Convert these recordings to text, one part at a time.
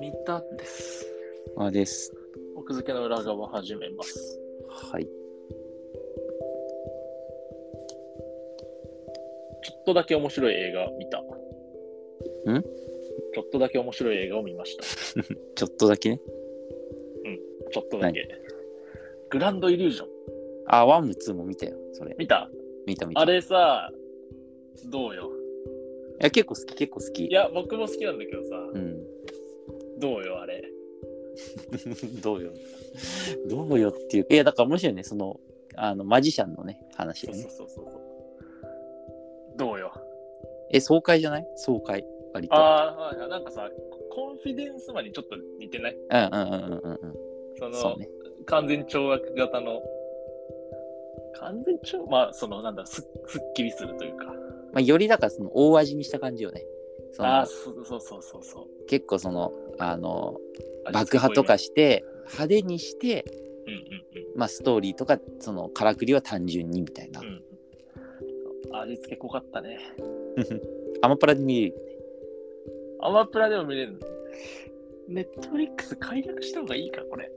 三田です。あです。奥付けの裏側始めます。はい。ちょっとだけ面白い映画見た。んちょっとだけ面白い映画を見ました。ちょっとだけね。ちょっとだけ。グランドイリュージョン。あ、ワンもツーも見たよ。それ。見た見た見た。あれさ、どうよ。いや、結構好き、結構好き。いや、僕も好きなんだけどさ、うん。どうよ、あれ。 どうよ。どうよっていう。いや、だから面白いね。その、あの、マジシャンのね、話そようそうね。そうそう。どうよ。え、爽快じゃない爽快。割と。ああ、なんかさ、コンフィデンスマンにちょっと似てないうんうんうんうんうんそうん。のそうね。完全懲悪型の、完全懲まあ、その、なんだす、すっきりするというか。まあ、よりだから、その、大味にした感じよね。そああ、のそうそうそうそうそう。結構その、あの、あ爆破とかすして、派手にして、ごいねまあ、ストーリーとか、その、からくりは単純にみたいなうんうんう。ん。うんそう味付け濃かったね。アマプラで見れる。アマプラでも見れるの。ネットフリックス解約した方がいいか、これ。い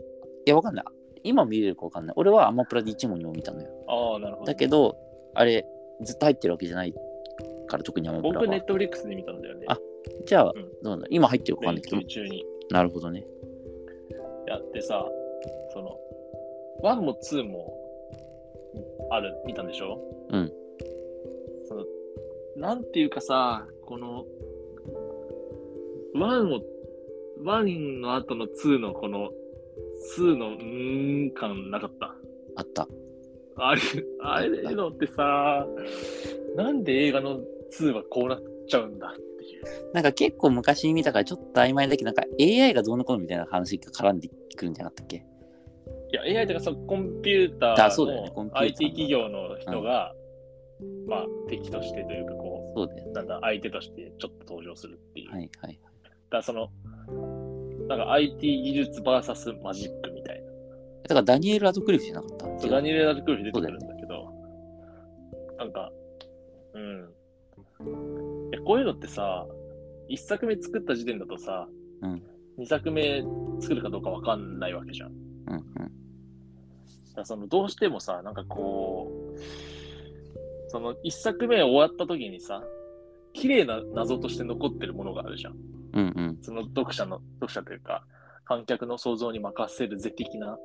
や、わかんない。今見れるかわかんない。俺はアマプラで1問2問見たのよ。ああ、なるほど。だけど、あれ、ずっと入ってるわけじゃないから、特にアマプラ僕、ネはッ。トフリックスで見たんだよね。あじゃあ、うんどうなんだ今入ってるかわかん連ないけど休。中に。なるほどね。やってさ、その、1も2もある、見たんでしょうん。その、なんていうかさ、この、1を、1の後の2のこの、2のうーん感なかった。あった。あれ、あれのってさ、なんで映画の2はこうなっちゃうんだっていう。なんか結構昔に見たから、ちょっと曖昧だけど、なんか AI がどうのこうのみたいな話が絡んでくるんじゃなかったっけいや、AI とかそのコンピュータあーそうだよねコンのピューターの IT 企業の人が、まあ、敵としてというか、こそうだよう、ね。なんだ、相手としてちょっと登場するっていう。はいはい。だから、その、なんか IT 技術 VS マジックみたいな。だからダニエル・アドクリフじゃなかった違そううダニエル・ラルクーフ出てくるんだけど、なんか、うん。いや、こういうのってさ、1作目作った時点だとさ、うん2作目作るかどうかわかんないわけじゃん。うんうだん。からそのどうしてもさ、なんかこう、その一作目終わった時にさ、綺麗な謎として残ってるものがあるじゃん。うんうん。その読者の、読者というか、観客の想像に任せるぜ的な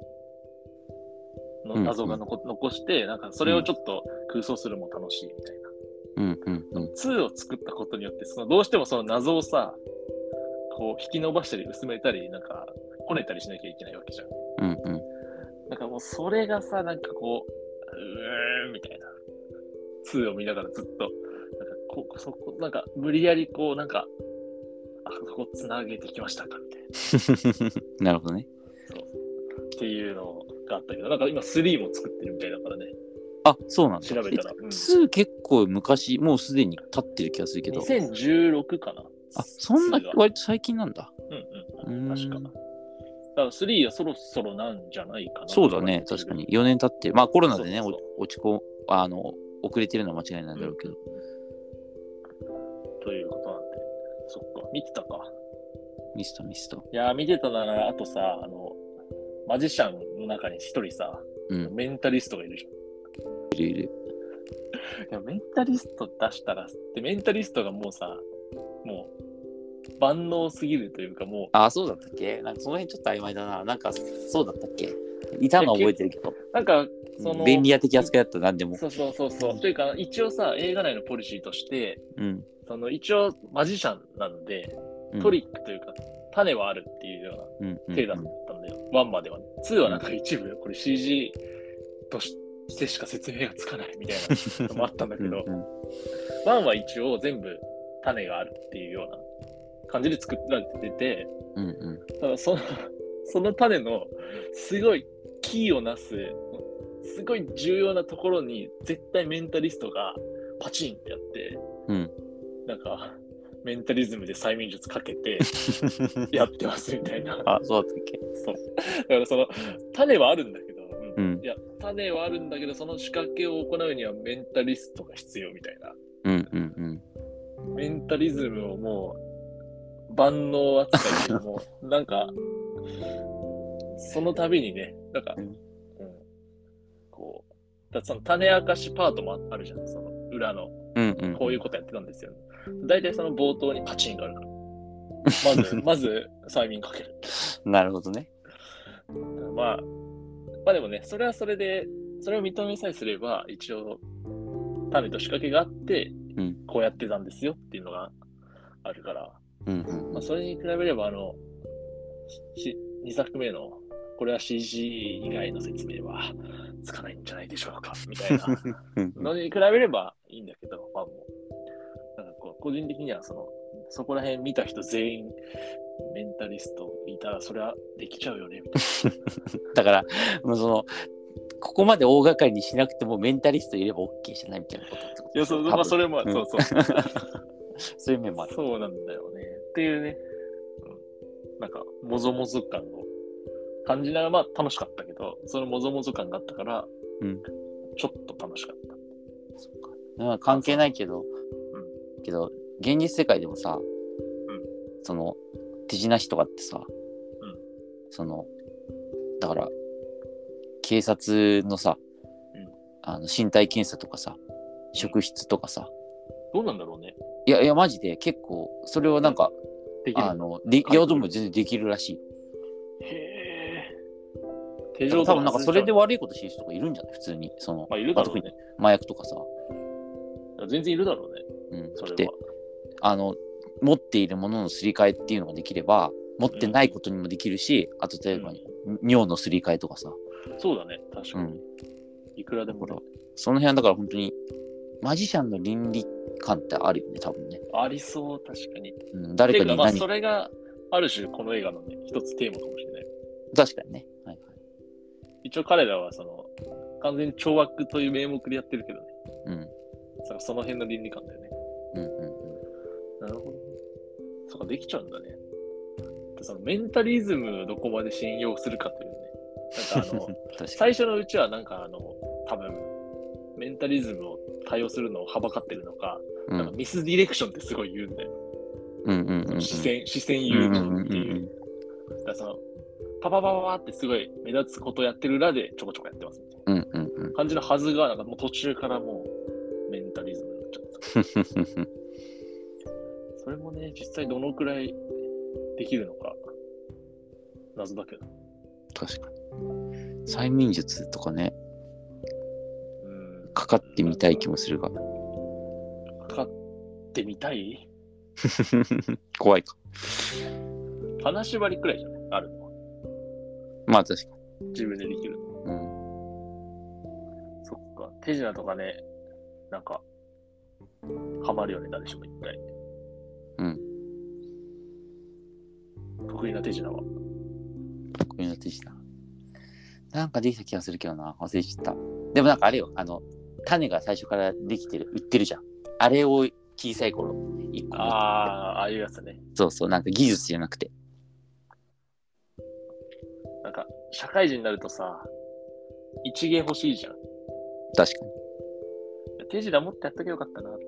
の謎が残,、残して、なんかそれをちょっと空想するも楽しいみたいな。うんうんうん。 2を作ったことによって、そのどうしてもその謎をさ、こう引き伸ばしたり薄めたり、なんかこねたりしなきゃいけないわけじゃん。うん うん。なんかもうそれがさ、なんかこう、うーんみたいな。2を見ながらずっと、なんかこそこ、なんか無理やりこう、なんか、あそこつなげてきましたかみたいな。なるほどね。っていうのがあったけど、なんか今3も作ってるみたいだからね、あ、そうなんだ。調 べたら。うん2結構昔、もうすでに経ってる気がするけど。 2016かな。あ、そんな2が割と最近なんだ。うんうんうん。うー確んか。だから3はそろそろなんじゃないかな。そうだね、確かに。。4年経ってる。まあコロナでね、そうおそう落ち込あの、遅れてるのは間違いないんだろうけど。ということなんで、そっか、見てたか。ミスターミスター。いやー見てたなら、あとさ、あの、マジシャンの中に一人さ、うん。メンタリストがいるじいるいる。ゃん。いや、メンタリスト出したら、で、メンタリストがもうさ、もう、万能すぎるというか、もあ、そうだったっけなんかその辺ちょっと曖昧だな。なんかそうだったっけいたのは覚えてるけどう、。なんか、その、便利屋的扱いだったら何でも。そうそうそうそう。というか、一応さ、映画内のポリシーとして、うん。その、一応、マジシャンなので、うんトリックというか、種はあるっていうようなうんうん手だったんだよ。1まではね。2はなんか一部、これ CG としてしか説明がつかないみたいなのもあったんだけど、うんうんワンは一応全部種があるっていうような感じで作られてて、うんうん。ただその その種のすごいキーをなす、すごい重要なところに絶対メンタリストがパチンってやって、うんなんかメンタリズムで催眠術かけ てやってますみたいな。 あ、そうだったっけそう。だからその、種はあるんだけど、ううんんい。や、種はあるんだけど、その仕掛けを行うにはメンタリストが必要みたいな。うんうんうん。メンタリズムをもう万能扱いっていうかもうなんかその度にねなんか、ううんん、こうだその種明かしパートもあるじゃんその裏のうんうん。こういうことやってたんですよ、大体その冒頭にパチンがある からまずまず催眠かけるなるほどね。まあまあでもねそれはそれでそれを認めさえすれば一応種と仕掛けがあって、うんこうやってたんですよっていうのがあるから、うんうんまあ、それに比べれば、あの、2作目の、これは CG 以外の説明はつかないんじゃないでしょうか、みたい なうんうん。のに比べればいいんだけど、まあもう、なんかこう、個人的には、その、そこら辺見た人全員、メンタリストいたら、それはできちゃうよね、みたいだから、もうその、ここまで大掛かりにしなくてもメンタリストいれば OK じゃないみたいなことってことな。い や、そう、まあ、それ。れも、んそうそう。そういう面もある。そうなんだよね。っていうね、うんなんか、もぞもぞ感を感じながら、まあ楽しかったけど、そのもぞもぞ感があったから、うんちょっと楽しかった。うん関係ないけど、けど、現実世界でもさ、その、手品師とかってさ、んその、だから、警察のさ、うんあの身体検査とかさ、職質とかさ、どうなんだろうね。いやいや、マジで結構、それをなんか、できるあの、でいや、でも全然できるらしい。へぇ手多錠とか分なんかそれでは、悪いことしてる人とかいるんじゃない普通に。その、まあ、いるだろう特ねに。麻薬とかさ。全然いるだろうね。うん、そでれは。あの持っているもののすり替えっていうのができれば持ってないことにもできるし、あと例えば、うん尿のすり替えとかさ、そうだね。確かうに。ん、いくらでも、だかその辺はだから本当にマジシャンの倫理観ってあるよね多分ね、ありそう、確かに。うん、誰てかいうにまあ、何それが、ある種、この映画のね、一つテーマかもしれない。確かにね、はいはい一応彼らはその完全に懲悪という名目でやってるけどね、うんそその辺の倫理観だよね。うんうんうなるほどね。そっか、できちゃうんだね。でそのメンタリズムをどこまで信用するかというね。なんか あの、ん、確か最に初のうちはなんかあの、多分メンタリズムを多用するのをはばかってるのか、うんなんかミスディレクションってすごい言うんだよ。うんうんうんうん視線、視線う誘ん導うんうんっていう。だからその、パパパパパってすごい目立つことやってる裏でちょこちょこやってますみたいな。うんうんうんうん感じのはずが、なんかもう途中からもうメンタリズムになっちゃった。それもね、実際どのくらいできるのか、謎だけど。確かに催眠術とかねうんかかってみたい気もするがかかってみたい怖いか金縛りくらいじゃないあるのは。まあ確か自分でできるの。にうんそっか。手品とかね、なんか、ハマるよね、誰しも一回。うん。得意な手品は。得意な手品なんかできた気がするけどな忘れちゃったでもなんかあれよあの種が最初からできてる売ってるじゃんあれを小さい頃一個持あってあー、ああいうやつね。そうそうなんか技術じゃなくてなんか、社会人になるとさ、一芸欲しいじゃん。確かに手品持ってやっときゃよかったなって。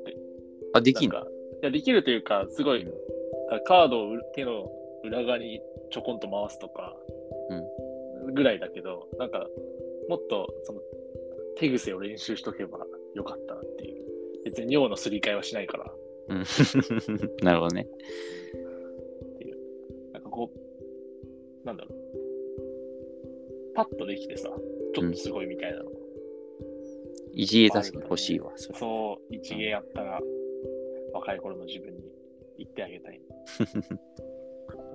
あでできんのいや、できるというか、すごい、うんだからカードを手の裏側にちょこんと回すとか、ぐらいだけど、なんか、もっと、その、手癖を練習しとけばよかったなっていう。別に尿のすり替えはしないから、うん なるほどねなんかこう、なんだろう。パッとできてさ、ちょっとすごいみたいなの。一芸確かに欲しいわそれそう、一芸やったら、若い頃の自分に言ってあげた い。で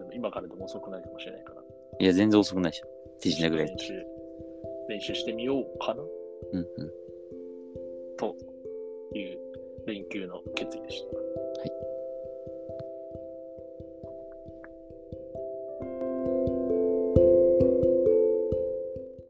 も今からでも遅くないかもしれないから。いや全然遅くないでしょ手品ぐらい練習練習してみようかなうんうんという連休の決意でした。